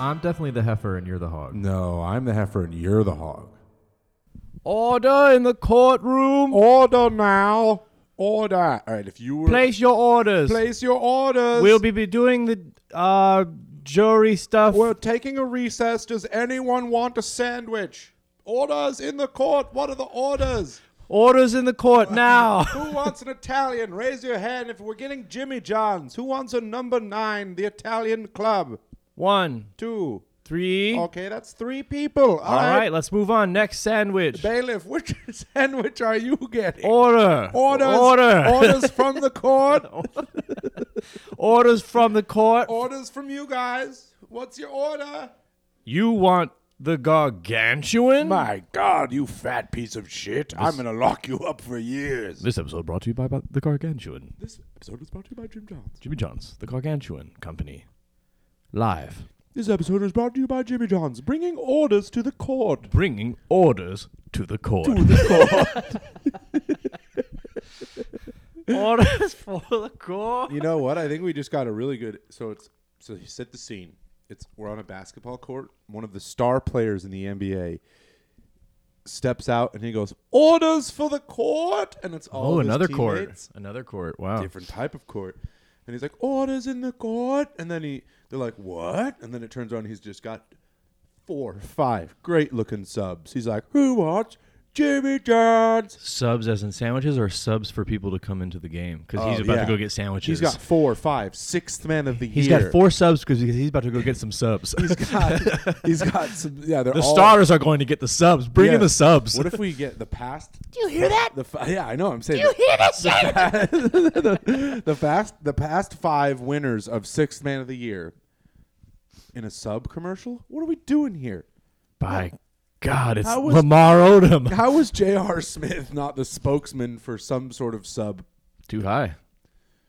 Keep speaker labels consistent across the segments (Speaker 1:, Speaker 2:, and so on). Speaker 1: I'm definitely the heifer and you're the hog.
Speaker 2: No, I'm the heifer and you're the hog.
Speaker 1: Order in the courtroom.
Speaker 2: Order now. Order. All right, if you were
Speaker 1: Place your orders.
Speaker 2: place your orders.
Speaker 1: We'll be, be doing the uh, jury stuff.
Speaker 2: We're taking a recess. Does anyone want a sandwich? Orders in the court. What are the orders?
Speaker 1: Orders in the court now.
Speaker 2: Who wants an Italian? Raise your hand if we're getting Jimmy John's. Who wants a number nine, the Italian club?
Speaker 1: One,
Speaker 2: Two.
Speaker 1: three.
Speaker 2: Okay, that's three people.
Speaker 1: All right, let's move on. Next sandwich.
Speaker 2: Bailiff, which sandwich are you getting?
Speaker 1: Order.
Speaker 2: orders.
Speaker 1: Order.
Speaker 2: Orders from the court.
Speaker 1: Orders from the court.
Speaker 2: orders from you guys. What's your order?
Speaker 1: You want the gargantuan?
Speaker 2: My God, you fat piece of shit. I'm going to lock you up for years.
Speaker 1: This episode brought to you by, by the gargantuan.
Speaker 2: This episode is brought to you by Jim Johns.
Speaker 1: Jimmy John's, the gargantuan company. Live.
Speaker 2: This episode is brought to you by Jimmy Johns, bringing orders to the court.
Speaker 1: Bringing orders to the court. orders for the court.
Speaker 2: You know what? I think we just got a really good. So it's so you set the scene. It's we're on a basketball court. One of the star players in the NBA steps out and he goes, "Orders for the court!" And it's all
Speaker 1: Oh,
Speaker 2: of his
Speaker 1: another
Speaker 2: teammates,
Speaker 1: court. Another court. Wow.
Speaker 2: different type of court. And he's like, "Orders in the court!" And then he they're like, "What?" And then it turns out he's just got four, or five great looking subs. He's like, "Who wants Jimmy Johns?"
Speaker 1: Subs as in sandwiches or subs for people to come into the game? Because he's
Speaker 2: Oh,
Speaker 1: about
Speaker 2: yeah.
Speaker 1: to go get sandwiches.
Speaker 2: He's got four, five, sixth man of the
Speaker 1: He's
Speaker 2: year.
Speaker 1: got four subs because he's about to go get some subs.
Speaker 2: He's got, he's got some. Yeah, they're
Speaker 1: the
Speaker 2: all,
Speaker 1: starters are going to get the subs. Bring
Speaker 2: Yeah.
Speaker 1: in the subs.
Speaker 2: What if we get the past? Do
Speaker 3: you hear that?
Speaker 2: The fi- yeah, I know. I'm saying
Speaker 3: You hear that shit?
Speaker 2: the, the fast the past five winners of sixth man of the year in a sub commercial. What are we doing here?
Speaker 1: By God, it's
Speaker 2: How was-
Speaker 1: Lamar Odom.
Speaker 2: How was J.R. Smith not the spokesman for some sort of sub?
Speaker 1: Too high,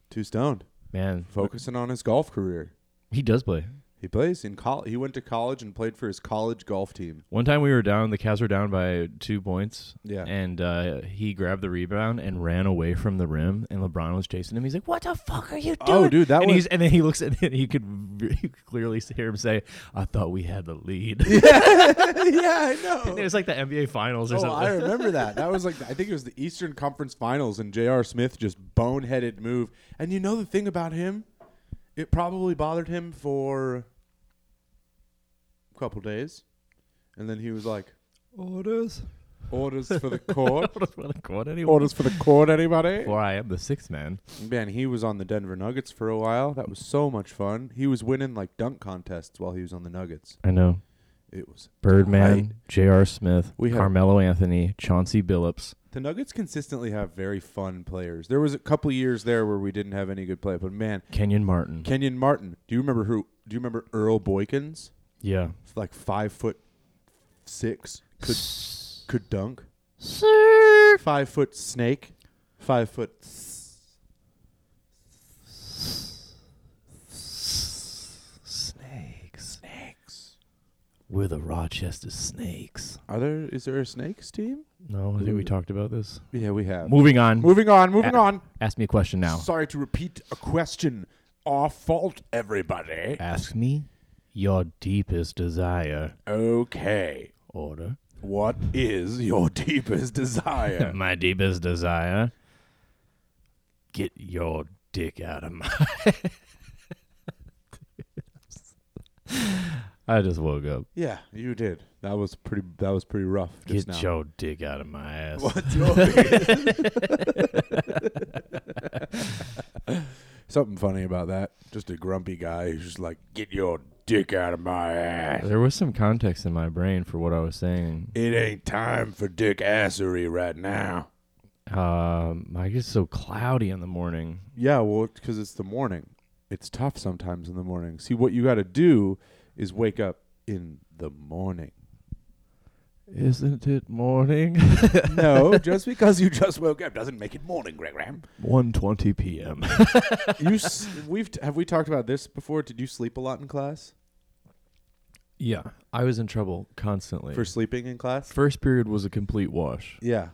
Speaker 2: Too stoned,
Speaker 1: man.
Speaker 2: focusing on his golf career.
Speaker 1: He does play.
Speaker 2: He plays in college. He went to college and played for his college golf team.
Speaker 1: One time we were down, the Cavs were down by two points.
Speaker 2: Yeah.
Speaker 1: And uh, he grabbed the rebound and ran away from the rim, and LeBron was chasing him. He's like, "What the fuck are you doing?"
Speaker 2: Oh, dude, that
Speaker 1: and
Speaker 2: was-
Speaker 1: he's, and then he looks at and you could v- you could clearly hear him say, "I thought we had the lead."
Speaker 2: yeah, I know.
Speaker 1: it was like the NBA Finals or
Speaker 2: Oh,
Speaker 1: something.
Speaker 2: I remember that. That was like I think it was the Eastern Conference Finals, and J.R. Smith just boneheaded move. And you know the thing about him, it probably bothered him for a couple days, and then he was like,
Speaker 1: Orders.
Speaker 2: "Orders for the court,
Speaker 1: Orders for the court, anyway.
Speaker 2: orders for the court, anybody?"
Speaker 1: Or I am the sixth man.
Speaker 2: Man, he was on the Denver Nuggets for a while. That was so much fun. He was winning like dunk contests while he was on the Nuggets.
Speaker 1: I know.
Speaker 2: It was tight.
Speaker 1: Birdman, J.R. Smith,
Speaker 2: We have-
Speaker 1: Carmelo Anthony, Chauncey Billups.
Speaker 2: The Nuggets consistently have very fun players. There was a couple years there where we didn't have any good play, but man,
Speaker 1: Kenyon Martin.
Speaker 2: Kenyon Martin. Do you remember who? Do you remember Earl Boykins?
Speaker 1: yeah.
Speaker 2: Like five foot six, could could dunk. Five foot snake, five foot.
Speaker 1: Snakes. Snakes. We're the Rochester Snakes.
Speaker 2: Are there? Is there a snakes team?
Speaker 1: No, I think we talked about this.
Speaker 2: Yeah, we have.
Speaker 1: Moving on.
Speaker 2: Moving on. Moving
Speaker 1: Uh,
Speaker 2: on.
Speaker 1: Ask me a question now.
Speaker 2: Sorry to repeat a question. Our fault, everybody.
Speaker 1: Ask me your deepest desire.
Speaker 2: Okay.
Speaker 1: Order.
Speaker 2: What is your deepest desire?
Speaker 1: My deepest desire. Get your dick out of my. I just woke up.
Speaker 2: yeah, you did. That was pretty. That was pretty rough. Just
Speaker 1: Get
Speaker 2: now.
Speaker 1: your dick out of my ass.
Speaker 2: What's your Something funny about that. Just a grumpy guy who's just like, get your dick out of my ass.
Speaker 1: There was some context in my brain for what I was saying.
Speaker 2: It ain't time for dick assery right now.
Speaker 1: Um, I get so cloudy in the morning.
Speaker 2: Yeah, well, because it's the morning. It's tough sometimes in the morning. See, what you got to do is wake up in the morning.
Speaker 1: Isn't it morning?
Speaker 2: no, just because you just woke up doesn't make it morning, Greg Graham.
Speaker 1: 1:20 p.m.
Speaker 2: You, s- we've have we talked about this before? Did you sleep a lot in class
Speaker 1: yeah, I was in trouble constantly.
Speaker 2: for sleeping in class?
Speaker 1: First period was a complete wash.
Speaker 2: Yeah.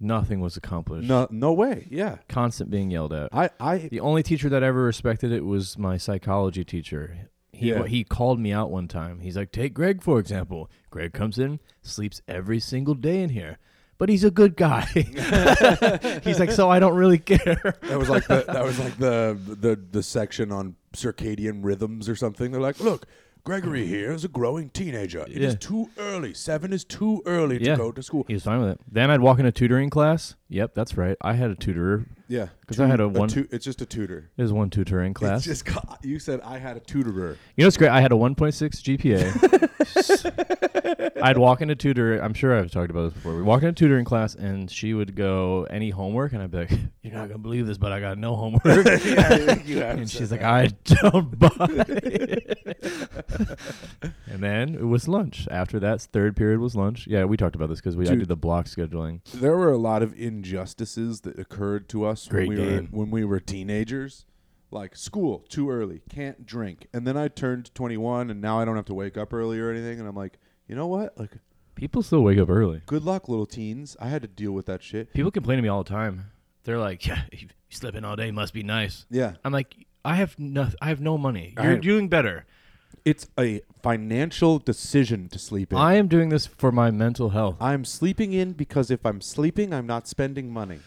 Speaker 1: Nothing was accomplished.
Speaker 2: No, no way. Yeah,
Speaker 1: Constant being yelled at.
Speaker 2: I, I,
Speaker 1: The only teacher that ever respected it was my psychology teacher. He
Speaker 2: Yeah.
Speaker 1: he called me out one time. He's like, "Take Greg for example. Greg comes in, sleeps every single day in here, but he's a good guy." he's like, "So I don't really care."
Speaker 2: that was like the, that was like the the the section on circadian rhythms or something. They're like, look. Gregory here is a growing teenager. It
Speaker 1: Mm-hmm. Yeah.
Speaker 2: is too early. Seven is too early
Speaker 1: Yeah.
Speaker 2: to go to school.
Speaker 1: He was fine with it. Then I'd walk into tutoring class. Yep, that's right. I had a tutorer.
Speaker 2: Yeah,
Speaker 1: 'Cause I had a one-
Speaker 2: tu- it's just a tutor.
Speaker 1: There's one tutoring class.
Speaker 2: It's just ca- you said I had a tutorer.
Speaker 1: You know what's great? I had a 1.6 GPA. I'd walk into tutor. I'm sure I've talked about this before. We walk into tutoring class, and she would go, "Any homework?" And I'd be like, "You're not gonna believe this, but I got no homework." and she's like, "I don't buy." it." and then it was lunch. After that, third period was lunch. Yeah, we talked about this because we I
Speaker 2: Dude.
Speaker 1: did the block scheduling.
Speaker 2: there were a lot of injustices that occurred to us
Speaker 1: Great
Speaker 2: when we were
Speaker 1: Dane.
Speaker 2: when we were teenagers. Like school too early, can't drink, and then I turned 21, and now I don't have to wake up early or anything. And I'm like, you know what? Like,
Speaker 1: People still wake up early.
Speaker 2: good luck, little teens. I had to deal with that shit.
Speaker 1: People complain to me all the time. They're like, "Yeah, you slept in all day must be nice."
Speaker 2: Yeah,
Speaker 1: I'm like, "I have no, I have no money. You're
Speaker 2: Right.
Speaker 1: doing better."
Speaker 2: it's a financial decision to sleep in.
Speaker 1: I am doing this for my mental health.
Speaker 2: I'm sleeping in because if I'm sleeping, I'm not spending money.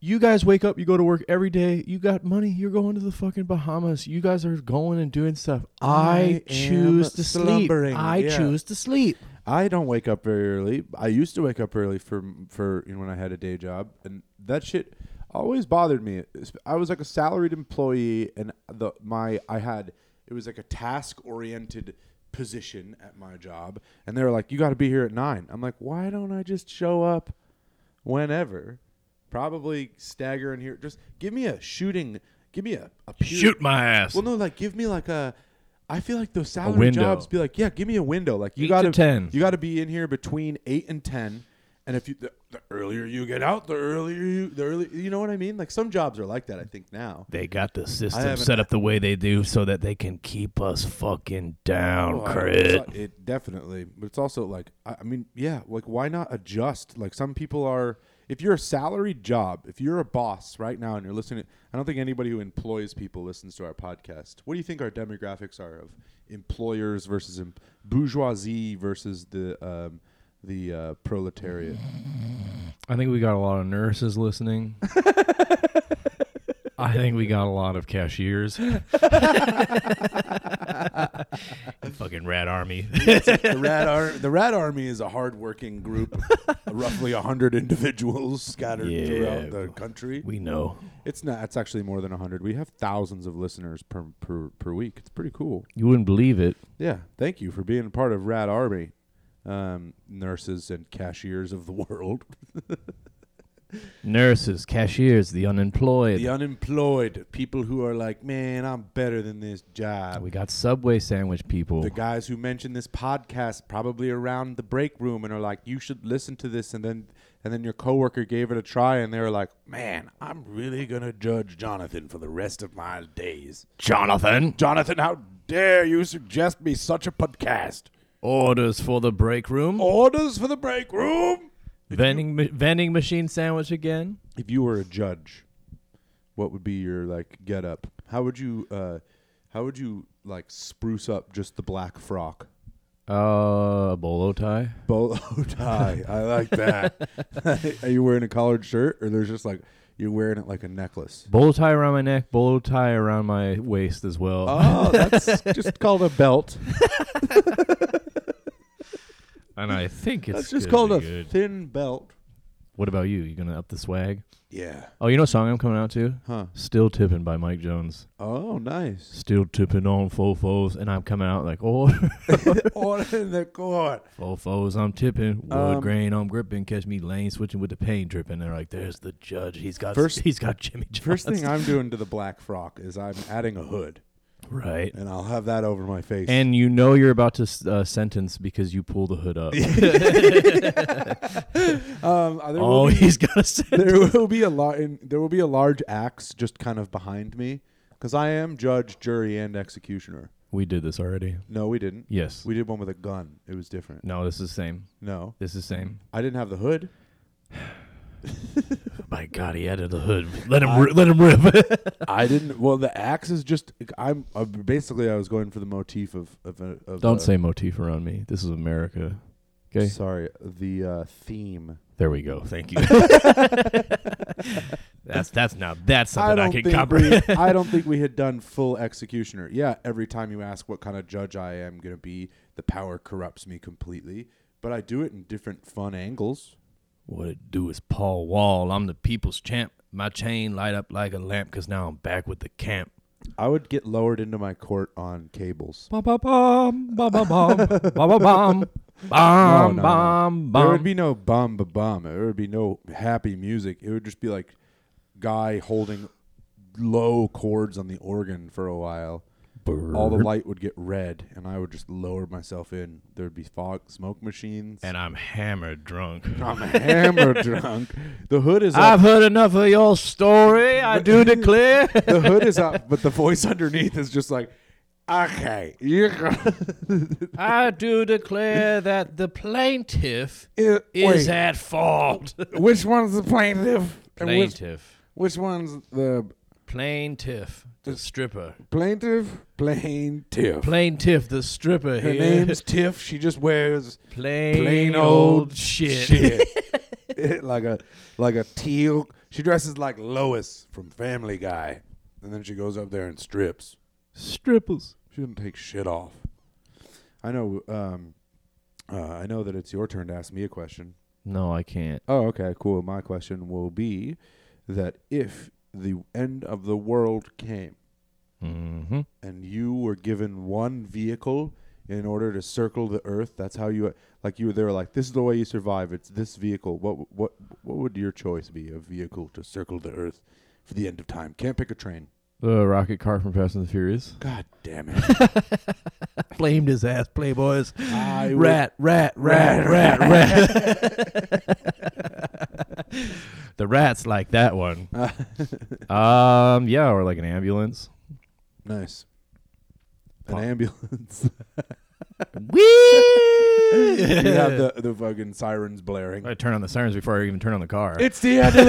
Speaker 1: You guys wake up, you go to work every day, you got money, you're going to the fucking Bahamas. You guys are going and doing stuff. I,
Speaker 2: I
Speaker 1: choose
Speaker 2: am
Speaker 1: to
Speaker 2: slumbering,
Speaker 1: sleep. I
Speaker 2: yeah.
Speaker 1: choose to sleep.
Speaker 2: I don't wake up very early. I used to wake up early for for you know, when I had a day job, and that shit always bothered me. It's- I was like a salaried employee, and the my I had it was like a task oriented position at my job, and they were like, "You got to be here at 9. I'm like, "Why don't I just show up whenever?" Probably stagger in here. Just give me a shooting. Give me a, a pure-
Speaker 1: my ass.
Speaker 2: well, no, like give me like a. I feel like those salary
Speaker 1: window.
Speaker 2: jobs be like, yeah, give me a window. Like you
Speaker 1: Eight to
Speaker 2: got
Speaker 1: 10.
Speaker 2: You got to be in here between eight and ten. And if you the, the earlier you get out, the earlier you the early you know what I mean. Like some jobs are like that. I think now.
Speaker 1: they got the
Speaker 2: I
Speaker 1: system
Speaker 2: haven't-
Speaker 1: set up the way they do so that they can keep us fucking down,
Speaker 2: Oh, I-
Speaker 1: crit.
Speaker 2: it's- It definitely, but it's also like I, I mean, yeah, like why not adjust? Like some people are. If you're a salaried job, if you're a boss right now and you're listening, I don't think anybody who employs people listens to our podcast. What do you think our demographics are of employers versus em- bourgeoisie versus the um, the uh, proletariat?
Speaker 1: I think we got a lot of nurses listening. I think we got a lot of cashiers. fucking rat army.
Speaker 2: the rat ar- the rat army is a hardworking group, roughly hundred individuals scattered
Speaker 1: Yeah.
Speaker 2: throughout the country.
Speaker 1: we know.
Speaker 2: It's not. It's actually more than hundred. We have thousands of listeners per, per per week. It's pretty cool.
Speaker 1: You wouldn't believe it.
Speaker 2: Yeah. Thank you for being a part of Rad Army, um, nurses and cashiers of the world,
Speaker 1: Nurses, cashiers, the unemployed.
Speaker 2: the unemployed, people who are like, man, I'm better than this job.
Speaker 1: we got Subway sandwich people.
Speaker 2: The guys who mention this podcast probably around the break room and are like, you should listen to this, and then and then your coworker gave it a try, and they were like, man, I'm really gonna judge Jonathan for the rest of my days.
Speaker 1: Jonathan
Speaker 2: Jonathan, how dare you suggest me such a podcast?
Speaker 1: orders for the break room.
Speaker 2: Oh, Orders for the break room.
Speaker 1: Vending ma- vending machine sandwich again.
Speaker 2: If you were a judge, what would be your like get up? How would you uh how would you like spruce up just the black frock?
Speaker 1: Uh, bolo tie.
Speaker 2: Bolo oh, tie. I like that. Are you wearing a collared shirt or there's just like you're wearing it like a necklace?
Speaker 1: Bolo tie around my neck. Bolo tie around my waist as well.
Speaker 2: Oh, that's just called a belt.
Speaker 1: and I think it's
Speaker 2: That's just
Speaker 1: gonna
Speaker 2: called a
Speaker 1: be good.
Speaker 2: thin belt.
Speaker 1: What about you? You gonna up the swag?
Speaker 2: Yeah.
Speaker 1: Oh, you know what song I'm coming out to?
Speaker 2: Huh.
Speaker 1: Still tipping by Mike Jones.
Speaker 2: Oh, nice.
Speaker 1: Still tipping on fofos, and I'm coming out like oh, order
Speaker 2: Order in the court.
Speaker 1: Fofos, I'm tipping. Wood
Speaker 2: Um,
Speaker 1: grain, I'm gripping. Catch me lane switching with the pain dripping. They're like, "There's the judge. He's got
Speaker 2: First-
Speaker 1: he's got Jimmy Johnson."
Speaker 2: First thing I'm doing to the black frock is I'm adding a hood,
Speaker 1: right?
Speaker 2: and I'll have that over my face.
Speaker 1: And you know you're about to s- uh, sentence because you pull the hood up.
Speaker 2: um, uh, there,
Speaker 1: oh,
Speaker 2: will be,
Speaker 1: he's got a sentence.
Speaker 2: there will be a lot. There will be a large axe just kind of behind me, because I am judge, jury, and executioner.
Speaker 1: We did this already.
Speaker 2: No, we didn't.
Speaker 1: Yes.
Speaker 2: We did one with a gun. It was different.
Speaker 1: no, this is same.
Speaker 2: No,
Speaker 1: This is same.
Speaker 2: I didn't have the hood.
Speaker 1: My God, he added the hood. Let him, ri- let him rip.
Speaker 2: I didn't. Well, the axe is just. I'm uh, basically. I was going for the motif of of. a- of uh,
Speaker 1: Don't
Speaker 2: a-
Speaker 1: say motif around me. This is America. Okay,
Speaker 2: Sorry, the uh, theme.
Speaker 1: there we go. Thank you. that's that's now that's something I, can
Speaker 2: think
Speaker 1: comprehend.
Speaker 2: We, I don't think we had done full executioner. Yeah, every time you ask what kind of judge I am going to be, the power corrupts me completely. But I do it in different fun angles.
Speaker 1: What it do is Paul Wall. I'm the people's champ. My chain light up like a lamp because now I'm back with the camp.
Speaker 2: I would get lowered into my court on cables.
Speaker 1: Bum, bum, bum, bum, bum, bum, bum, bum, bum, bum,
Speaker 2: no, no.
Speaker 1: bum,
Speaker 2: There would
Speaker 1: bum.
Speaker 2: be no bum ba bum. There would be no happy music. It would just be like guy holding low chords on the organ for a while. All the light would get red, and I would just lower myself in. There would be fog, smoke machines.
Speaker 1: And I'm hammered drunk.
Speaker 2: I'm hammer drunk. The hood is up.
Speaker 1: I've heard enough of your story. I do declare.
Speaker 2: the hood is up, but the voice underneath is just like, okay, you're gonna,
Speaker 1: I do declare that the plaintiff
Speaker 2: it,
Speaker 1: is
Speaker 2: wait,
Speaker 1: at fault.
Speaker 2: which one's the plaintiff? and which,
Speaker 1: Plaintiff.
Speaker 2: which one's the
Speaker 1: Plaintiff. The stripper.
Speaker 2: plaintiff? Plaintiff.
Speaker 1: Plaintiff, the stripper
Speaker 2: Her
Speaker 1: here.
Speaker 2: name's Tiff. She just wears
Speaker 1: Plain,
Speaker 2: plain
Speaker 1: old
Speaker 2: old
Speaker 1: shit.
Speaker 2: shit. like a like a teal. She dresses like Lois from Family Guy, and then she goes up there and strips.
Speaker 1: Stripples.
Speaker 2: She didn't take shit off. I know. Um, uh, I know that it's your turn to ask me a question.
Speaker 1: No, I can't.
Speaker 2: Oh, okay, cool. My question will be that if the end of the world came
Speaker 1: Mm-hmm.
Speaker 2: and you were given one vehicle in order to circle the earth, that's how you like you they were like this is the way you survive. It's this vehicle. What what what would your choice be of vehicle to circle the earth for the end of time? Can't pick a train.
Speaker 1: The rocket car from Fast and the Furious.
Speaker 2: God damn it.
Speaker 1: Flamed his ass, playboys.
Speaker 2: I would-
Speaker 1: Rat, rat, rat, rat, rat. the rats like that one. um, yeah, or like an ambulance.
Speaker 2: Nice. An
Speaker 1: Pop-
Speaker 2: ambulance.
Speaker 1: Whee!
Speaker 2: you have the, the fucking sirens blaring.
Speaker 1: I turn on the sirens before I even turn on the car.
Speaker 2: It's the end of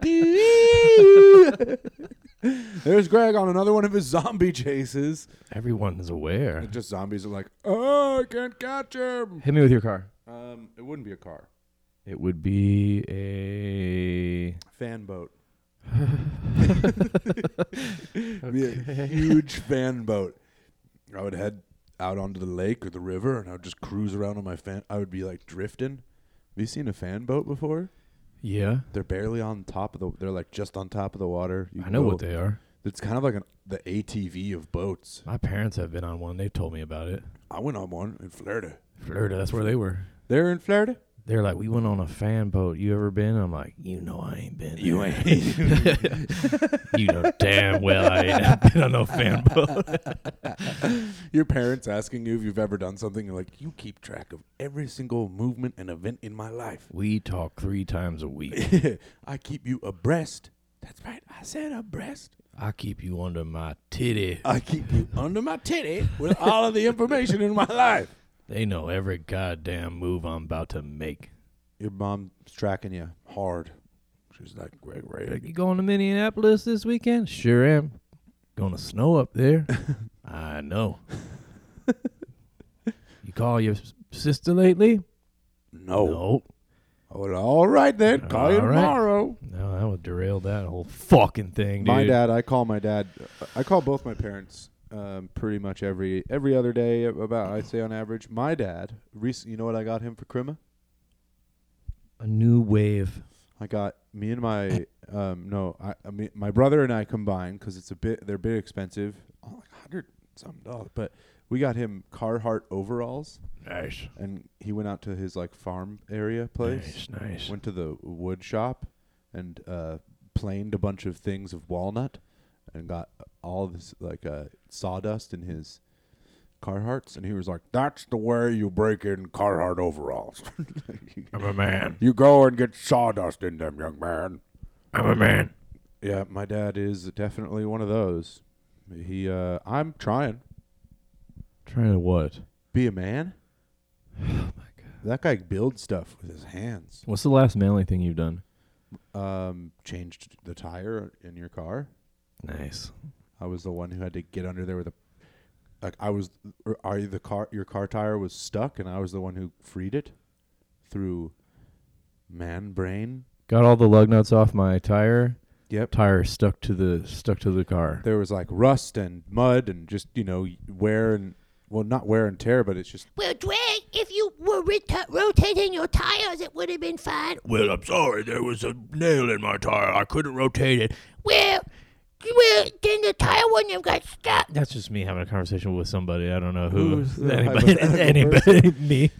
Speaker 2: the world. There's Greg on another one of his zombie chases.
Speaker 1: Everyone's aware.
Speaker 2: And just zombies are like, oh, I can't catch him.
Speaker 1: Hit me with your car.
Speaker 2: Um, it wouldn't be a car.
Speaker 1: It would be a
Speaker 2: Fan boat. Be a huge fan boat. I would head out onto the lake or the river, and I would just cruise around on my fan. I would be like drifting. Have you seen a fan boat before?
Speaker 1: yeah.
Speaker 2: They're barely on top of the. They're like just on top of the water. You
Speaker 1: I know
Speaker 2: go-
Speaker 1: what they are.
Speaker 2: It's kind of like an, the ATV of boats.
Speaker 1: My parents have been on one. They've told me about it.
Speaker 2: I went on one in Florida.
Speaker 1: Florida, that's where they were.
Speaker 2: They're in Florida.
Speaker 1: They're like, we went on a fan boat. You ever been? I'm like, you know, I ain't been. there."
Speaker 2: ain't.
Speaker 1: you know damn well I ain't been on no fan boat.
Speaker 2: Your parents asking you if you've ever done something. You're like, you keep track of every single movement and event in my life.
Speaker 1: We talk three times a week.
Speaker 2: I keep you abreast. That's right. I said abreast.
Speaker 1: I keep you under my titty.
Speaker 2: I keep you under my titty with all of the information in my life.
Speaker 1: They know every goddamn move I'm about to make.
Speaker 2: Your mom's tracking you hard. She's like, Greg,
Speaker 1: Like,
Speaker 2: Ray.
Speaker 1: you going to Minneapolis this weekend? Sure am. Going to snow up there. I know. you call your s- sister lately?
Speaker 2: No. Oh,
Speaker 1: Nope.
Speaker 2: Well, all right then. Call you
Speaker 1: All right.
Speaker 2: tomorrow.
Speaker 1: No, that would derail that whole fucking thing, dude.
Speaker 2: My dad, I call my dad. I call both my parents um, pretty much every every other day. About I'd say on average. My dad, recent. You know what I got him for Krima?
Speaker 1: A new wave.
Speaker 2: I got me and my um, no, I, I mean my brother and I combined because it's a bit they're a bit expensive, oh, like hundred something dollars. But we got him Carhartt overalls,
Speaker 1: Nice.
Speaker 2: and he went out to his like farm area place.
Speaker 1: Nice, nice.
Speaker 2: went to the wood shop and uh, planed a bunch of things of walnut and got all this like uh, sawdust in his Carhartts, and he was like, "That's the way you break in Carhartt overalls.
Speaker 1: I'm a man.
Speaker 2: you go and get sawdust in them, young man."
Speaker 1: I'm a man.
Speaker 2: Yeah, my dad is definitely one of those. He, uh, I'm trying
Speaker 1: Trying to what?
Speaker 2: be a man.
Speaker 1: Oh my god.
Speaker 2: That guy builds stuff with his hands.
Speaker 1: What's the last manly thing you've done?
Speaker 2: Um, changed the tire in your car.
Speaker 1: Nice.
Speaker 2: I was the one who had to get under there with a. Like I was, or are you the car? Your car tire was stuck, and I was the one who freed it through man brain.
Speaker 1: Got all the lug nuts off my tire.
Speaker 2: Yep.
Speaker 1: Tire stuck to the stuck to the car.
Speaker 2: There was like rust and mud and just you know wear and well not wear and tear, but it's just
Speaker 3: Well, Dwayne, if you were rota- rotating your tires, it would have been fine.
Speaker 1: Well, I'm sorry. There was a nail in my tire. I couldn't rotate it.
Speaker 3: Well, well, then the tire wouldn't have got stuck.
Speaker 1: That's just me having a conversation with somebody. I don't know who.
Speaker 2: Who's the
Speaker 1: anybody.
Speaker 2: hypothetical
Speaker 1: anybody me.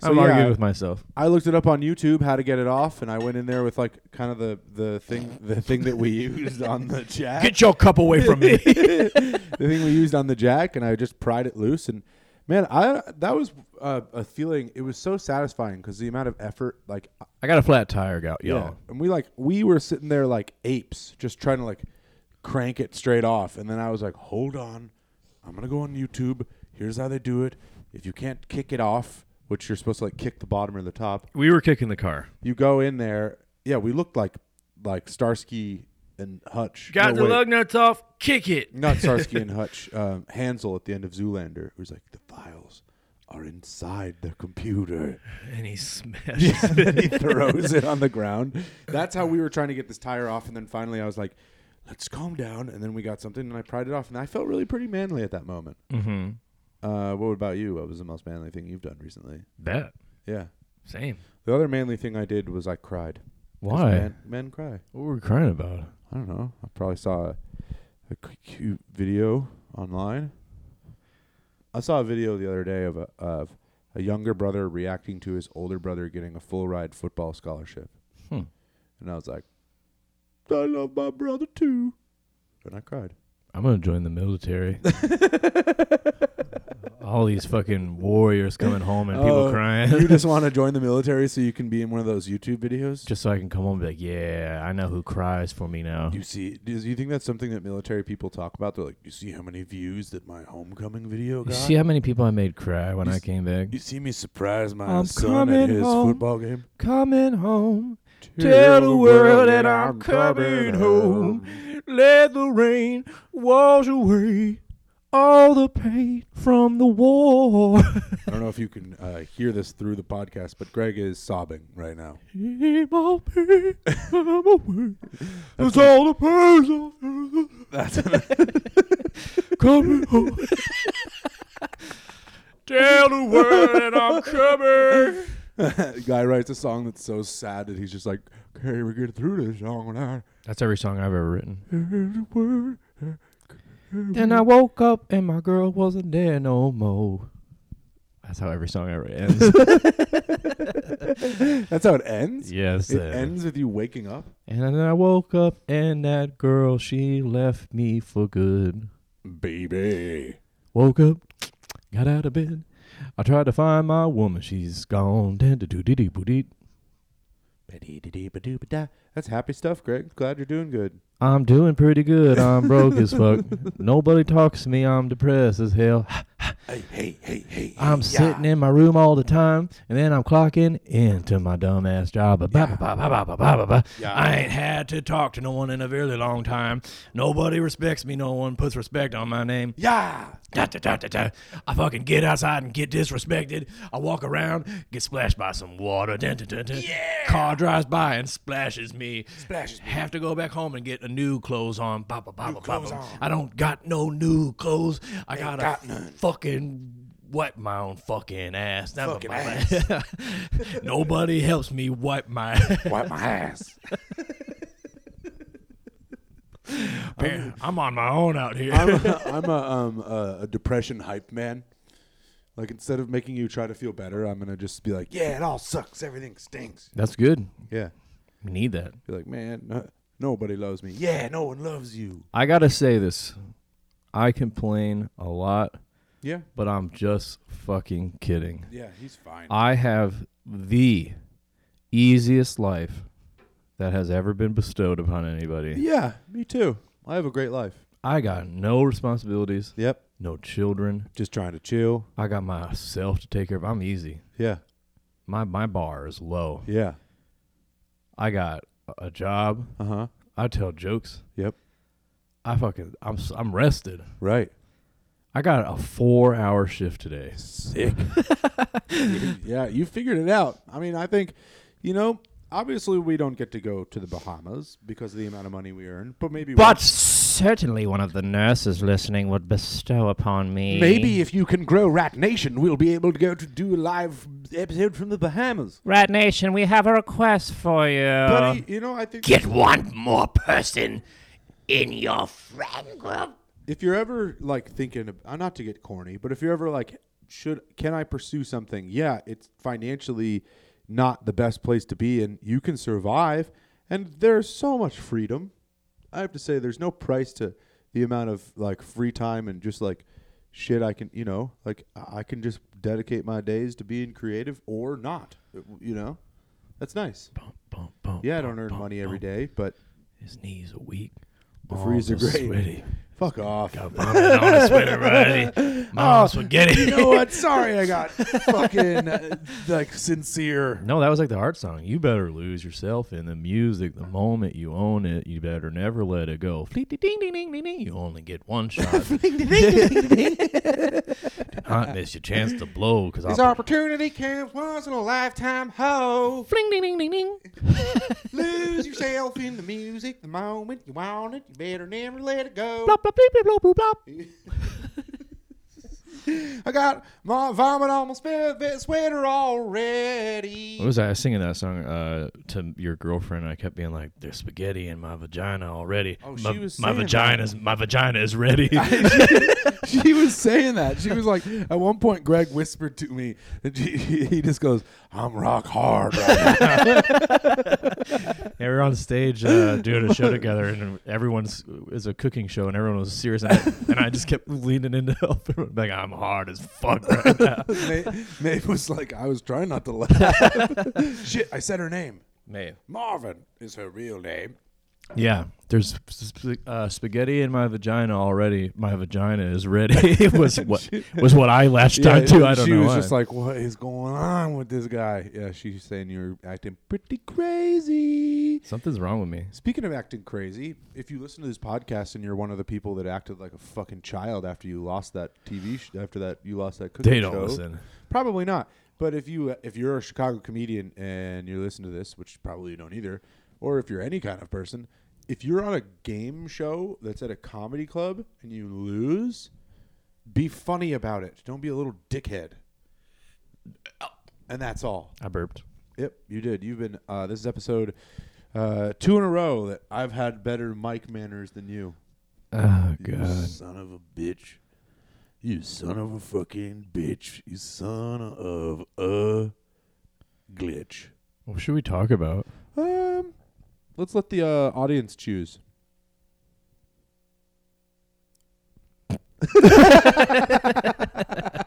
Speaker 2: So,
Speaker 1: I'm
Speaker 2: yeah.
Speaker 1: arguing with myself.
Speaker 2: I looked it up on YouTube how to get it off, and I went in there with like kind of the the thing the thing that we used on the jack,
Speaker 1: Get your cup away from me.
Speaker 2: the thing we used on the jack, and I just pried it loose. And man, I that was uh, a feeling. It was so satisfying because the amount of effort, like
Speaker 1: I got a flat tire, gal- y'all.
Speaker 2: yeah, and we like we were sitting there like apes, just trying to like crank it straight off. And then I was like, hold on, I'm gonna go on YouTube. Here's how they do it. If you can't kick it off, which you're supposed to like kick the bottom or the top,
Speaker 1: We were kicking the car.
Speaker 2: you go in there. Yeah, we looked like like Starsky and Hutch. No, wait.
Speaker 1: nuts off. Kick it.
Speaker 2: Not Starsky and Hutch. Um, Hansel at the end of Zoolander, who's like the files are inside the computer.
Speaker 1: And he smashed.
Speaker 2: then he throws it on the ground. That's how we were trying to get this tire off, and then finally I was like, "Let's calm down." And then we got something, and I pried it off, and I felt really pretty manly at that moment.
Speaker 1: mm-hmm.
Speaker 2: Uh, what about you? What was the most manly thing you've done recently?
Speaker 1: That
Speaker 2: Yeah,
Speaker 1: same.
Speaker 2: the other manly thing I did was I cried. 'Cause
Speaker 1: Why?
Speaker 2: men, men cry?
Speaker 1: What were we crying about?
Speaker 2: I don't know. I probably saw a, a cu- cute video online. I saw a video the other day of a, of a younger brother reacting to his older brother getting a full ride football scholarship,
Speaker 1: Hmm.
Speaker 2: and I was like, "I love my brother too," and I cried.
Speaker 1: I'm gonna join the military. All these fucking warriors coming home and people
Speaker 2: Oh, you
Speaker 1: crying.
Speaker 2: just want to join the military so you can be in one of those YouTube videos.
Speaker 1: Just so I can come home and be like, yeah, I know who cries for me now.
Speaker 2: you see, do you think that's something that military people talk about? They're like, "You see how many views that my homecoming video
Speaker 1: You
Speaker 2: got?
Speaker 1: see how many people I made cry when
Speaker 2: You
Speaker 1: I
Speaker 2: s-
Speaker 1: came back?
Speaker 2: You see me surprise my
Speaker 1: I'm
Speaker 2: son at
Speaker 1: coming
Speaker 2: his
Speaker 1: home.
Speaker 2: football game."
Speaker 1: Coming home, tell the world that I'm coming home. Let the rain wash away all the pain from the war.
Speaker 2: I don't know if you can uh, hear this through the podcast, but Greg is sobbing right now.
Speaker 1: Keep on being away. That's all the pain
Speaker 2: That's
Speaker 1: coming home. Tell the world that I'm coming.
Speaker 2: guy writes a song that's so sad that he's just like, "Okay, we get through this song now."
Speaker 1: That's every song I've ever written.
Speaker 2: The world-
Speaker 1: Then I woke up and my girl wasn't there no more. That's how every song ever ends.
Speaker 2: That's how it ends.
Speaker 1: yes.
Speaker 2: It ends with you waking up.
Speaker 1: And then I woke up and that girl, she left me for good.
Speaker 2: Baby.
Speaker 1: Woke up, got out of bed. I tried to find my woman. She's gone. Dun-dun-dun-dee-dee-boo-dee.
Speaker 2: That's happy stuff, Greg. Glad you're doing good.
Speaker 1: I'm doing pretty good. I'm broke as fuck. Nobody talks to me. I'm depressed as hell.
Speaker 2: Hey, hey, hey, hey.
Speaker 1: I'm sitting in my room all the time, and then I'm clocking into my dumbass job. Ba- ba- ba- ba- ba- ba- ba- ba- ba.
Speaker 2: Yeah.
Speaker 1: I ain't had to talk to no one in a very long time. Nobody respects me. No one puts respect on my name.
Speaker 2: Yeah.
Speaker 1: Da, da, da, da, da. I fucking get outside and get disrespected. I walk around, get splashed by some water. Dun, dun, dun, dun. Car drives by and splashes me.
Speaker 2: Splashes me.
Speaker 1: Have to go back home and get a new clothes on. Ba, ba, ba, ba, ba,
Speaker 2: clothes
Speaker 1: ba.
Speaker 2: on.
Speaker 1: I don't got no new clothes. I gotta
Speaker 2: got none.
Speaker 1: fucking wipe my own fucking ass. That was
Speaker 2: Fucking
Speaker 1: my- Nobody helps me wipe my.
Speaker 2: Wipe my ass.
Speaker 1: I'm on my own out here.
Speaker 2: I'm a, I'm a, um, a, a depression hype man. Like instead of making you try to feel better, I'm gonna just be like, yeah, it all sucks, everything stinks.
Speaker 1: That's good.
Speaker 2: Yeah,
Speaker 1: We need that.
Speaker 2: be like, man, no, nobody loves me. Yeah, no one loves you.
Speaker 1: I gotta say this. I complain a lot.
Speaker 2: Yeah,
Speaker 1: but I'm just fucking kidding.
Speaker 2: yeah, he's fine.
Speaker 1: I have the easiest life that has ever been bestowed upon anybody.
Speaker 2: yeah, me too. I have a great life.
Speaker 1: I got no responsibilities,
Speaker 2: Yep,
Speaker 1: no children.
Speaker 2: just trying to chill.
Speaker 1: I got myself to take care of. I'm easy.
Speaker 2: Yeah,
Speaker 1: my my bar is low.
Speaker 2: Yeah.
Speaker 1: I got a- a job.
Speaker 2: Uh huh.
Speaker 1: I tell jokes.
Speaker 2: Yep.
Speaker 1: I fucking I'm s- I'm rested.
Speaker 2: Right.
Speaker 1: I got a four hour shift today.
Speaker 2: Sick. yeah, you figured it out. I mean, I think, you know, obviously we don't get to go to the Bahamas because of the amount of money we earn, but maybe
Speaker 4: But certainly one of the nurses listening would bestow upon me.
Speaker 2: maybe if you can grow Rat Nation, we'll be able to go to do a live episode from the Bahamas.
Speaker 4: Rat Nation, we have a request for you.
Speaker 2: Buddy, you know, I think
Speaker 3: Get one more person in your friend group.
Speaker 2: if you're ever like thinking, ab- uh, not to get corny, but if you're ever like, should can I pursue something? Yeah, it's financially not the best place to be, and you can survive. And there's so much freedom. I have to say, there's no price to the amount of like free time and just like shit I can, you know, like I I can just dedicate my days to being creative or not. uh, You know, that's nice.
Speaker 1: Bump, bump, bump,
Speaker 2: Yeah, I don't
Speaker 1: bump,
Speaker 2: earn
Speaker 1: bump,
Speaker 2: money every
Speaker 1: bump.
Speaker 2: day, but
Speaker 1: His knees are weak.
Speaker 2: the frees are
Speaker 1: Arms
Speaker 2: great.
Speaker 1: Oh, Sweaty.
Speaker 2: Fuck off.
Speaker 1: Vomit on his sweater already. Mama's spaghetti.
Speaker 2: you know what? Sorry, I got fucking uh, like sincere.
Speaker 1: No, that was like the heart song. You better lose yourself in the music the moment you own it. You better never let it go. Fleet ding ding ding ding ding. You only get one shot. Do not miss your chance to blow because
Speaker 2: This opportunity comes once in a lifetime. Ho!
Speaker 4: Fling ding ding ding ding.
Speaker 2: Lose yourself in the music the moment you want it. You better never let it go.
Speaker 4: Blop blop bleep bleep blop bloop blop.
Speaker 2: I got my vomit on my spe- sweater already.
Speaker 1: What was I singing that song uh, to your girlfriend? I kept being like, "There's spaghetti in my vagina already.
Speaker 2: Oh,
Speaker 1: my,
Speaker 2: she was
Speaker 1: my
Speaker 2: saying that.
Speaker 1: vagina's my vagina is ready."
Speaker 2: she was saying that. She was like, at one point, Greg whispered to me, and she, he just goes, "I'm rock hard." Right now."
Speaker 1: Yeah, we were on stage uh, doing a show together, and everyone's is a cooking show, and everyone was serious, and I, and I just kept leaning into help. everyone, Like I'm hard as fuck right now.
Speaker 2: Maeve, Maeve was like, "I was trying not to laugh." Shit, I said her name.
Speaker 1: Man,
Speaker 2: Marvin is her real name.
Speaker 1: yeah. There's sp- uh, spaghetti in my vagina already. My vagina is ready. it was what was what I latched onto. I don't
Speaker 2: she
Speaker 1: know.
Speaker 2: was
Speaker 1: why.
Speaker 2: just like, "What is going on with this guy?" Yeah, she's saying you're acting pretty crazy.
Speaker 1: something's wrong with me.
Speaker 2: Speaking of acting crazy, if you listen to this podcast and you're one of the people that acted like a fucking child after you lost that TV, sh- after that you lost that cooking
Speaker 1: They don't
Speaker 2: show,
Speaker 1: listen.
Speaker 2: Probably not. But if you if you're a Chicago comedian and you listen to this, which probably you don't either, or if you're any kind of person, if you're on a game show that's at a comedy club and you lose, be funny about it. Don't be a little dickhead. And that's all.
Speaker 1: I burped.
Speaker 2: Yep, you did. You've been. Uh, this is episode uh, two in a row that I've had better mic manners than you.
Speaker 1: Oh
Speaker 2: You
Speaker 1: god.
Speaker 2: son of a bitch. You son of a fucking bitch. You son of a glitch.
Speaker 1: What should we talk about?
Speaker 2: Um, let's let the uh, audience choose.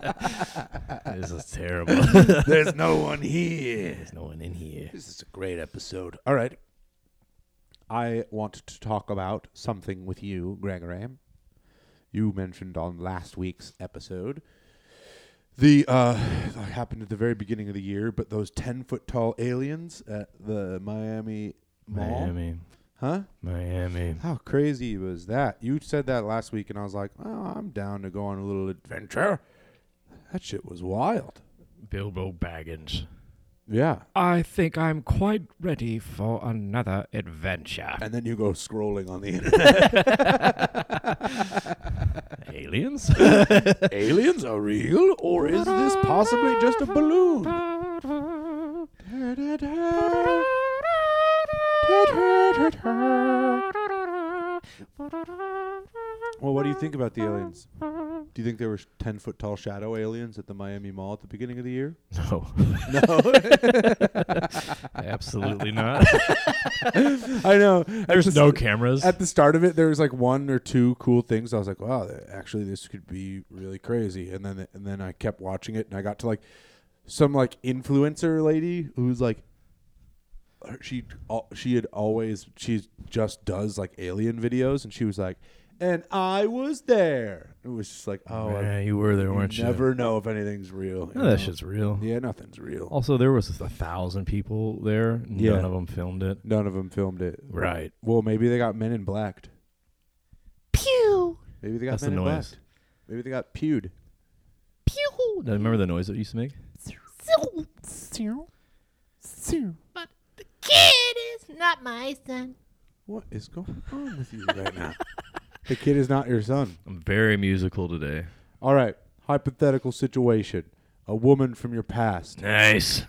Speaker 1: This is terrible.
Speaker 2: There's no one here.
Speaker 1: There's no one in here.
Speaker 2: This is a great episode. All right. I want to talk about something with you, Gregory. You mentioned on last week's episode the uh that happened at the very beginning of the year, but those ten foot tall aliens at the Miami Mall.
Speaker 1: Miami,
Speaker 2: Huh?
Speaker 1: Miami.
Speaker 2: How crazy was that? You said that last week and I was like, Oh, I'm down to go on a little adventure. That shit was wild.
Speaker 1: Bilbo Baggins.
Speaker 2: Yeah.
Speaker 4: I think I'm quite ready for another adventure.
Speaker 2: And then you go scrolling on the internet.
Speaker 1: Aliens?
Speaker 2: aliens are real, or is this possibly just a balloon? Well, what do you think about the aliens? Do you think there were 10 foot tall shadow aliens at the Miami Mall at the beginning of the year?
Speaker 1: No. No. Absolutely not.
Speaker 2: I know.
Speaker 1: There's no cameras.
Speaker 2: At the start of it, there was like one or two cool things. I was like, "Wow, th- actually, this could be really crazy." And then, and then I kept watching it, and I got to like some like influencer lady who's like, her- she al- she had always she just does like alien videos, and she was like, "And I was there," and It was just like, oh,
Speaker 1: yeah, you were there,
Speaker 2: I
Speaker 1: weren't you?
Speaker 2: never know if anything's real. you
Speaker 1: No, that
Speaker 2: know?
Speaker 1: shit's real.
Speaker 2: Yeah, nothing's real.
Speaker 1: Also, there was a thousand people there. and
Speaker 2: Yeah.
Speaker 1: None of them filmed it.
Speaker 2: None of them filmed it.
Speaker 1: Right.
Speaker 2: Well, maybe they got Men in Blacked.
Speaker 3: Pew.
Speaker 2: Maybe they got
Speaker 1: That's the
Speaker 2: Men in
Speaker 1: noise.
Speaker 2: Blacked. Maybe they got pewed.
Speaker 3: Pew.
Speaker 1: Now, Remember the noise that it used to make?
Speaker 3: But the kid is not my son.
Speaker 2: What is going on with you right now? The kid is not your son.
Speaker 1: I'm very musical today.
Speaker 2: All right. Hypothetical situation. A woman from your past.
Speaker 1: Nice.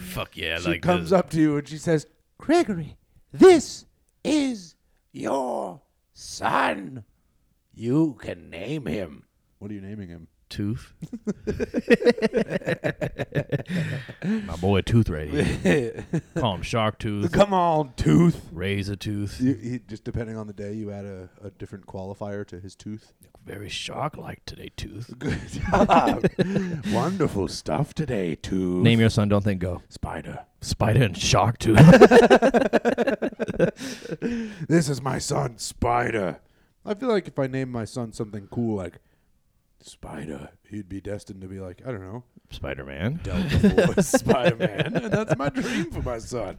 Speaker 1: Fuck yeah, I
Speaker 2: She
Speaker 1: like
Speaker 2: comes
Speaker 1: this.
Speaker 2: up to you and she says, Gregory, this is your son. You can name him. What are you naming him?
Speaker 1: Tooth. My boy Tooth right here. Call him Shark Tooth,
Speaker 2: Come on, tooth.
Speaker 1: Razor Tooth.
Speaker 2: You, you, just depending on the day, you add a, a different qualifier to his tooth.
Speaker 1: Very shark like today, Tooth.
Speaker 2: Good job. Wonderful stuff today, tooth.
Speaker 1: Name your son, don't think go.
Speaker 2: Spider.
Speaker 1: Spider and Shark Tooth.
Speaker 2: This is my son, Spider. I feel like if I named my son something cool like Spider, he'd be destined to be like, I don't know,
Speaker 1: Spider Man.
Speaker 2: Spider Man. That's my dream for my son.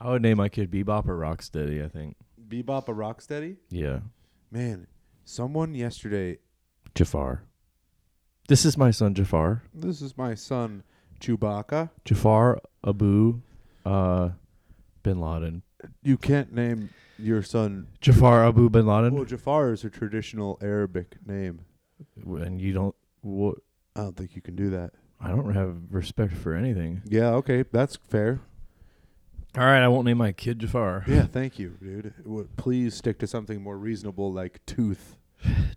Speaker 1: I would name my kid Bebop or Rocksteady, I think.
Speaker 2: Bebop a Rocksteady?
Speaker 1: Yeah.
Speaker 2: Man, someone yesterday,
Speaker 1: Jafar. This is my son Jafar.
Speaker 2: this is my son, Chewbacca.
Speaker 1: Jafar Abu uh Bin Laden.
Speaker 2: You can't name your son.
Speaker 1: Jafar Abu Bin Laden.
Speaker 2: Well, Jafar is a traditional Arabic name.
Speaker 1: and you don't what
Speaker 2: I don't think you can do that.
Speaker 1: I don't have respect for anything.
Speaker 2: Yeah, okay, that's fair.
Speaker 1: All right, I won't name my kid Jafar.
Speaker 2: Yeah, thank you, dude. W- Please stick to something more reasonable like tooth.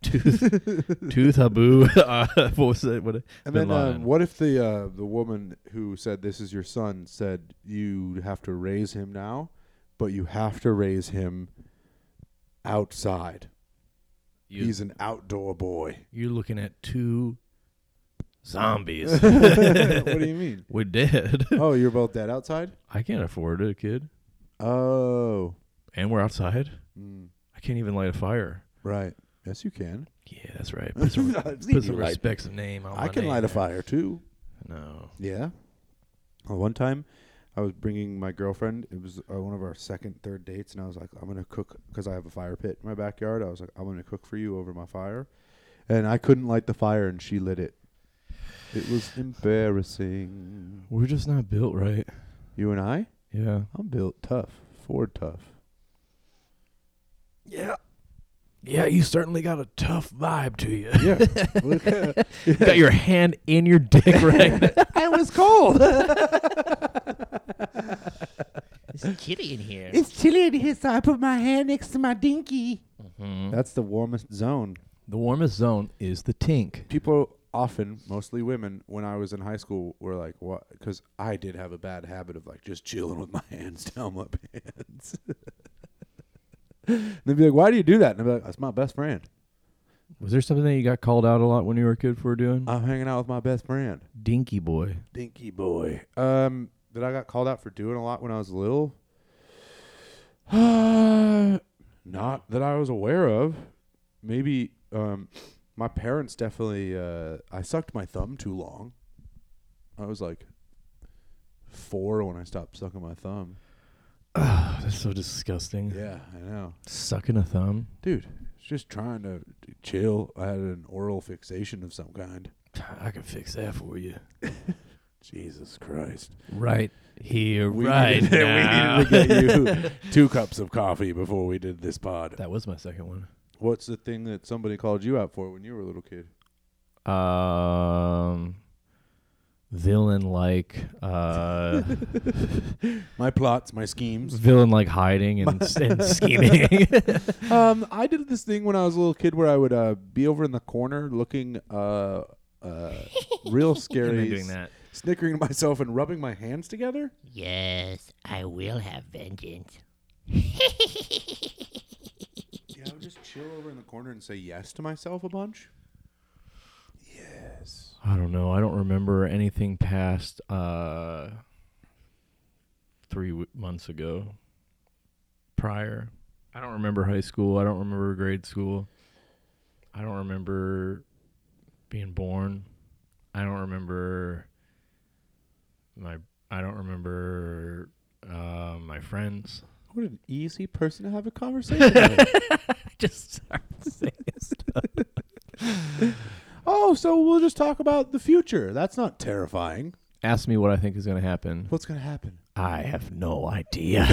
Speaker 1: Tooth, Tooth Abu. Uh, what was it? What?
Speaker 2: And
Speaker 1: Bin
Speaker 2: then, uh,
Speaker 1: Laden.
Speaker 2: what if the uh, the woman who said this is your son said you have to raise him now, but you have to raise him outside.
Speaker 1: You-
Speaker 2: He's an outdoor boy.
Speaker 1: You're looking at two zombies.
Speaker 2: what do you mean?
Speaker 1: We're dead.
Speaker 2: Oh, you're both dead outside.
Speaker 1: I can't afford it, kid.
Speaker 2: Oh,
Speaker 1: And we're outside.
Speaker 2: Mm,
Speaker 1: I can't even light a fire.
Speaker 2: right. Yes, you can.
Speaker 1: Yeah, that's right. Put some, put
Speaker 2: Put
Speaker 1: some respect, some name. On my
Speaker 2: I can
Speaker 1: name
Speaker 2: light a
Speaker 1: there.
Speaker 2: fire too.
Speaker 1: No.
Speaker 2: Yeah. Well, Uh, one time, I was bringing my girlfriend. It was uh, one of our second, third dates, and I was like, "I'm gonna cook because I have a fire pit in my backyard." I was like, "I'm gonna cook for you over my fire," and I couldn't light the fire, and she lit it. It was embarrassing.
Speaker 1: We're just not built right.
Speaker 2: You and I,
Speaker 1: Yeah.
Speaker 2: I'm built tough, Ford tough.
Speaker 1: Yeah. Yeah, you certainly got a tough vibe to you.
Speaker 2: Yeah,
Speaker 1: you got your hand in your dick right now.
Speaker 2: I was cold.
Speaker 4: It's chilly in here.
Speaker 2: it's chilly in here, so I put my hand next to my dinky. That's the warmest zone.
Speaker 1: The warmest zone is the tink.
Speaker 2: people often mostly women when i was in high school were like what because i did have a bad habit of like just chilling with my hands down my pants And they'd be like why do you do that and i'd be like that's my best friend
Speaker 1: Was there something that you got called out a lot when you were a kid for doing?
Speaker 2: i'm hanging out with my best friend
Speaker 1: Dinky boy.
Speaker 2: dinky boy um that i got called out for doing a lot when i was little not that i was aware of maybe um my parents definitely uh i sucked my thumb too long i was like four when i stopped sucking my thumb
Speaker 1: Oh, that's so disgusting.
Speaker 2: yeah i know
Speaker 1: Sucking a thumb.
Speaker 2: dude it's just trying to to chill i had an oral fixation of some kind
Speaker 1: I can fix that for you.
Speaker 2: jesus christ
Speaker 1: Right here,
Speaker 2: we
Speaker 1: right
Speaker 2: needed,
Speaker 1: now.
Speaker 2: we needed to get you two cups of coffee before we did this pod
Speaker 1: that was my second one.
Speaker 2: What's the thing that somebody called you out for when you were a little kid?
Speaker 1: Um, villain like, uh,
Speaker 2: My plots, my schemes.
Speaker 1: villain like hiding and, and scheming.
Speaker 2: um, I did this thing when I was a little kid where I would uh, be over in the corner looking uh, uh, real scary,
Speaker 1: doing that.
Speaker 2: snickering to myself and rubbing my hands together.
Speaker 3: Yes, I will have vengeance.
Speaker 2: Yeah, I would just chill over in the corner and say yes to myself a bunch.
Speaker 1: I don't know. I don't remember anything past uh, three w- months ago. Prior, I don't remember high school. I don't remember grade school. I don't remember being born. I don't remember my. I don't remember uh, my friends.
Speaker 2: What an easy person to have a conversation with.
Speaker 1: Just start saying stuff.
Speaker 2: Oh, so we'll just talk about the future. That's not terrifying.
Speaker 1: Ask me what I think is going to happen.
Speaker 2: What's going to happen?
Speaker 1: I have no idea.
Speaker 2: A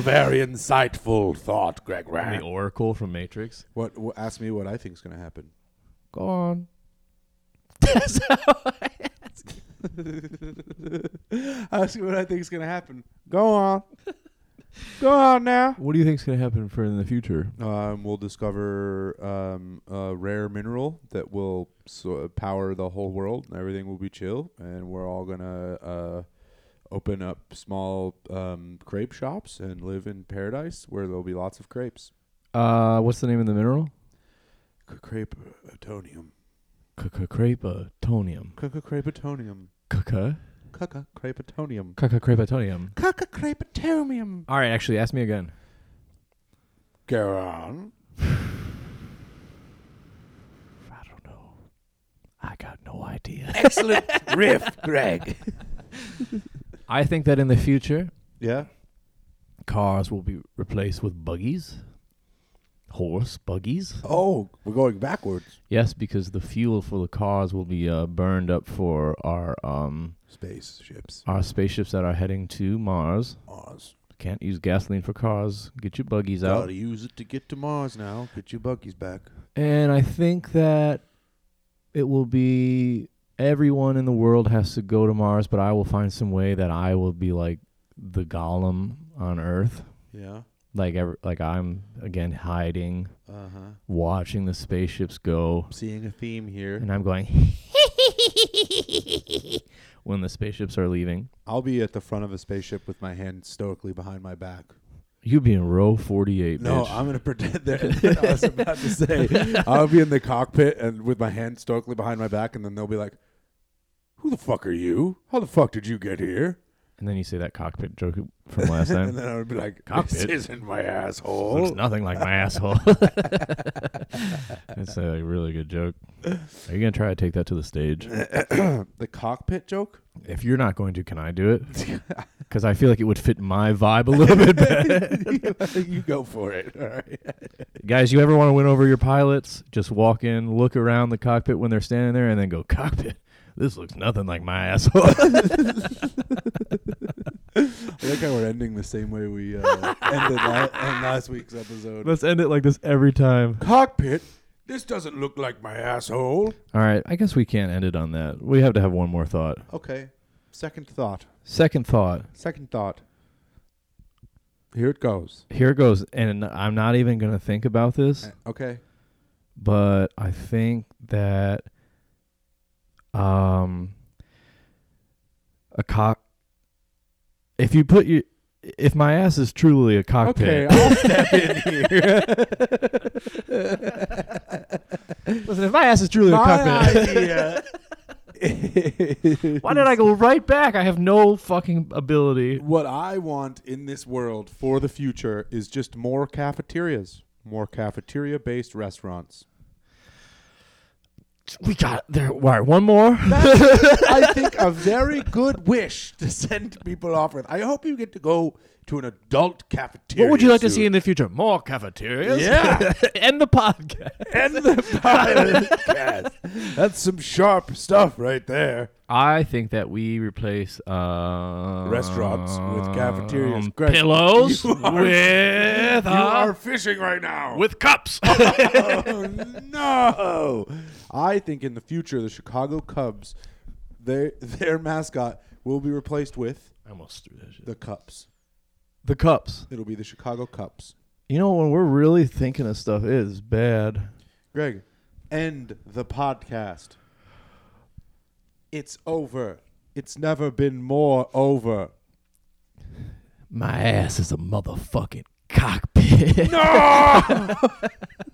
Speaker 2: very insightful thought, Greg
Speaker 1: the Oracle from Matrix.
Speaker 2: What, wh- ask me what I think's going to happen.
Speaker 1: Go on.
Speaker 2: ask me what I think's going to happen. Go on. Go on now.
Speaker 1: What do you think's going to happen for in the future?
Speaker 2: Um, we'll discover um, a rare mineral that will so- uh, power the whole world. and Everything will be chill, and we're all gonna uh, open up small um, crepe shops and live in paradise where there'll be lots of crepes.
Speaker 1: Uh, what's the name of the mineral?
Speaker 2: C- Crepe atonium.
Speaker 1: Crapatonium.
Speaker 2: Caca crepe atonium.
Speaker 1: Caca.
Speaker 2: Caca crepe atonium.
Speaker 1: Caca crapatonium.
Speaker 2: Caca crepe atonium.
Speaker 1: All right, actually, ask me again.
Speaker 2: Go on.
Speaker 1: I don't know. I got no idea.
Speaker 2: Excellent riff, Greg.
Speaker 1: I think that in the future,
Speaker 2: Yeah.
Speaker 1: cars will be replaced with buggies, horse buggies.
Speaker 2: Oh, we're going backwards.
Speaker 1: Yes, because the fuel for the cars will be uh, burned up for our um,
Speaker 2: Spaceships.
Speaker 1: our spaceships that are heading to Mars.
Speaker 2: Oz.
Speaker 1: Can't use gasoline for cars. Get your buggies out.
Speaker 2: Gotta use it to get to Mars now. Get your buggies back.
Speaker 1: And I think that it will be everyone in the world has to go to Mars, but I will find some way that I will be like the golem on Earth.
Speaker 2: Yeah.
Speaker 1: Like ever, like I'm again hiding,
Speaker 2: Uh huh.
Speaker 1: watching the spaceships go,
Speaker 2: Seeing a theme here.
Speaker 1: and I'm going when the spaceships are leaving.
Speaker 2: I'll be at the front of a spaceship with my hand stoically behind my back.
Speaker 1: You be in row 48,
Speaker 2: No,
Speaker 1: bitch.
Speaker 2: I'm gonna pretend that I was about to say. I'll be in the cockpit and with my hand stoically behind my back, and then they'll be like, "Who the fuck are you? How the fuck did you get here?"
Speaker 1: and then you say that cockpit joke from last
Speaker 2: And
Speaker 1: time.
Speaker 2: then oh. I would be like, "This
Speaker 1: Cockpit?
Speaker 2: isn't my
Speaker 1: Looks
Speaker 2: asshole."
Speaker 1: nothing like my asshole. That's a really good joke. Are you gonna try to take that to the stage?
Speaker 2: the cockpit joke.
Speaker 1: If you're not going to, can I do it? Because I feel like it would fit my vibe a little bit better.
Speaker 2: you go for it. All right.
Speaker 1: Guys, you ever want to win over your pilots? Just walk in, look around the cockpit when they're standing there, and then go, cockpit, this looks nothing like my asshole.
Speaker 2: I like how we're ending the same way we uh, ended la- on last week's episode.
Speaker 1: Let's end it like this every time.
Speaker 2: cockpit. This doesn't look like my asshole.
Speaker 1: All right, I guess we can't end it on that. We have to have one more thought.
Speaker 2: Okay. Second thought.
Speaker 1: Second thought.
Speaker 2: Second thought. Here it goes.
Speaker 1: Here it goes, and I'm not even going to think about this.
Speaker 2: Okay.
Speaker 1: but I think that um a cock if you put your if my ass is truly a
Speaker 2: Okay.
Speaker 1: cockpit
Speaker 2: I'll step in here.
Speaker 1: listen if my ass is truly a
Speaker 2: My
Speaker 1: cockpit
Speaker 2: idea.
Speaker 1: why did I go right back I have no fucking ability
Speaker 2: what I want in this world for the future is just more cafeterias, more cafeteria-based restaurants.
Speaker 1: we got there all right one more
Speaker 2: That's, I think, a very good wish to send people off with. I hope you get to go to an adult cafeteria.
Speaker 1: what would you like to
Speaker 2: soon.
Speaker 1: see in the future more cafeterias
Speaker 2: Yeah.
Speaker 1: end the podcast
Speaker 2: End the podcast? That's some sharp stuff right there.
Speaker 1: I think that we replace uh,
Speaker 2: Restaurants with cafeterias.
Speaker 1: um,
Speaker 2: Greg,
Speaker 1: pillows
Speaker 2: you are-
Speaker 1: with
Speaker 2: You
Speaker 1: uh,
Speaker 2: are fishing right now.
Speaker 1: with cups.
Speaker 2: oh no! I think in the future the Chicago Cubs, their their mascot will be replaced with
Speaker 1: I almost threw that shit.
Speaker 2: the Cups.
Speaker 1: The cups.
Speaker 2: It'll be the Chicago Cups.
Speaker 1: You know when we're really thinking of stuff, it is bad.
Speaker 2: Greg, end the podcast. It's over. It's never been more over.
Speaker 1: My ass is a motherfucking cockpit.
Speaker 2: No!